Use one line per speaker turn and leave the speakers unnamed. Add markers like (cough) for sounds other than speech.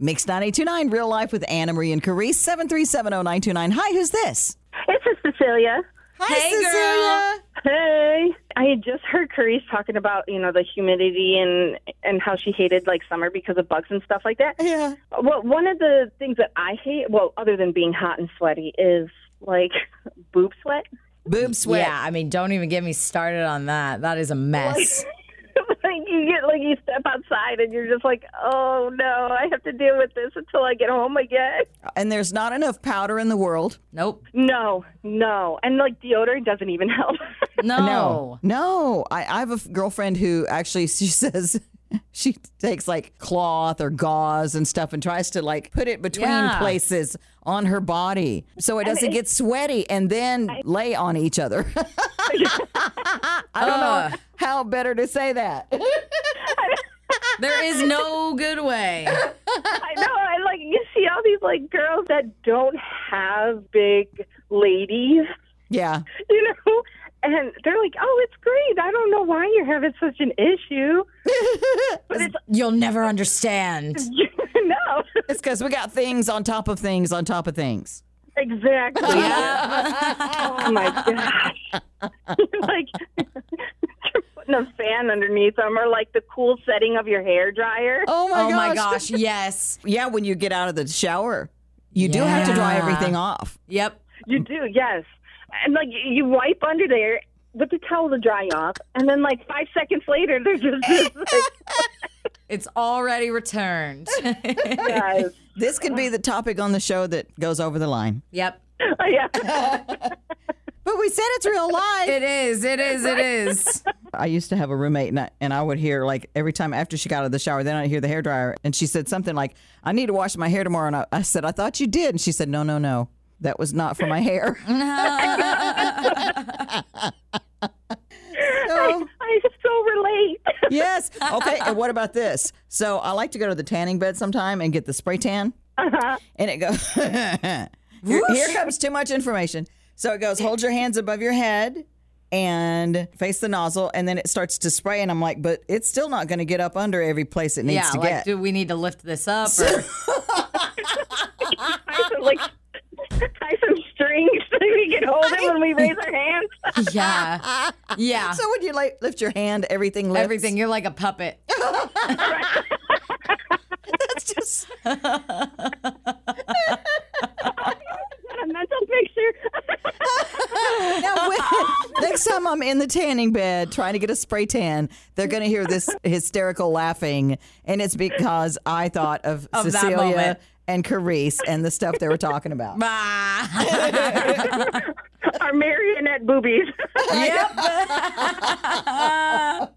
Mix 9829, Real Life with Anna Marie and Carice, 7370929. Hi, who's this?
It's just Cecilia.
Hi,
Hey, girl.
Cecilia.
Hey, I had just heard Carice talking about you know the humidity and and how she hated like summer because of bugs and stuff like that.
Yeah.
Well, one of the things that I hate, well, other than being hot and sweaty, is like boob sweat. (laughs)
Boob sweat.
Yeah, I mean, don't even get me started on that. That is a mess.
like you get like you step outside and you're just like, oh no, I have to deal with this until I get home again.
And there's not enough powder in the world.
nope.
(laughs)
No, no, and like deodorant doesn't even help. (laughs)
No.
No. I, I have a f- girlfriend who actually, (laughs) she says... She takes like cloth or gauze and stuff and tries to like put it between
Yeah.
places on her body so it doesn't get sweaty and then lay on each
(laughs)
other. (laughs) I don't know how better to say that. (laughs)
There is no good way.
I know, and like you see all these like girls that don't have big ladies,
yeah. (laughs)
(laughs) you know, and they're like, oh, it's great. I don't know why you're having such an issue. (laughs)
You'll never understand.
no, (laughs)
It's because we got things on top of things on top of things.
exactly. oh my gosh. (laughs) like (laughs) you're putting a fan underneath them or like the cool setting of your hair dryer.
Oh my
oh
gosh.
my gosh. Yes.
Yeah, when you get out of the shower, you do have to dry
Yeah.
everything off.
Yep.
You do, yes. And like you you wipe under there with the towel to dry off, and then like five seconds later, there's just (laughs) this like,
It's already returned. (laughs)
guys.
This could be the topic on the show that goes over the line.
yep.
Oh, (laughs) yeah. (laughs)
But we said it's real life.
It is. It is. It is.
I used to have a roommate, and I, and I would hear like every time after she got out of the shower, then I'd hear the hair dryer, and she said something like, "I need to wash my hair tomorrow." And I, I said, "I thought you did," and she said, "No, no, no, that was not for my
(laughs)
hair." (laughs) So-
I so relate.
Yes. Okay. And what about this? So I like to go to the tanning bed sometime and get the spray tan.
Uh-huh.
And it goes, (laughs) here, here comes too much information. So it goes, hold your hands above your head and face the nozzle. And then it starts to spray. And I'm like, but it's still not going to get up under every place it needs
yeah.
to
Like,
get.
do we need to lift this up?
(laughs)
Or,
I some, like (laughs) tie some strings (laughs) so we can hold it when we raise our hands. (laughs)
yeah. Yeah.
so when you like lift your hand, everything lifts.
Everything. You're like a puppet.
(laughs)
(laughs)
It's just
Got a mental picture. (laughs)
(laughs) Now, when- next time I'm in the tanning bed trying to get a spray tan, they're going to hear
(laughs)
this hysterical laughing, and it's because I thought of,
Of that
Cecilia
moment.
and Carice and the stuff they were talking about.
Bah.
(laughs)
(laughs)
our marionette boobies.
yep.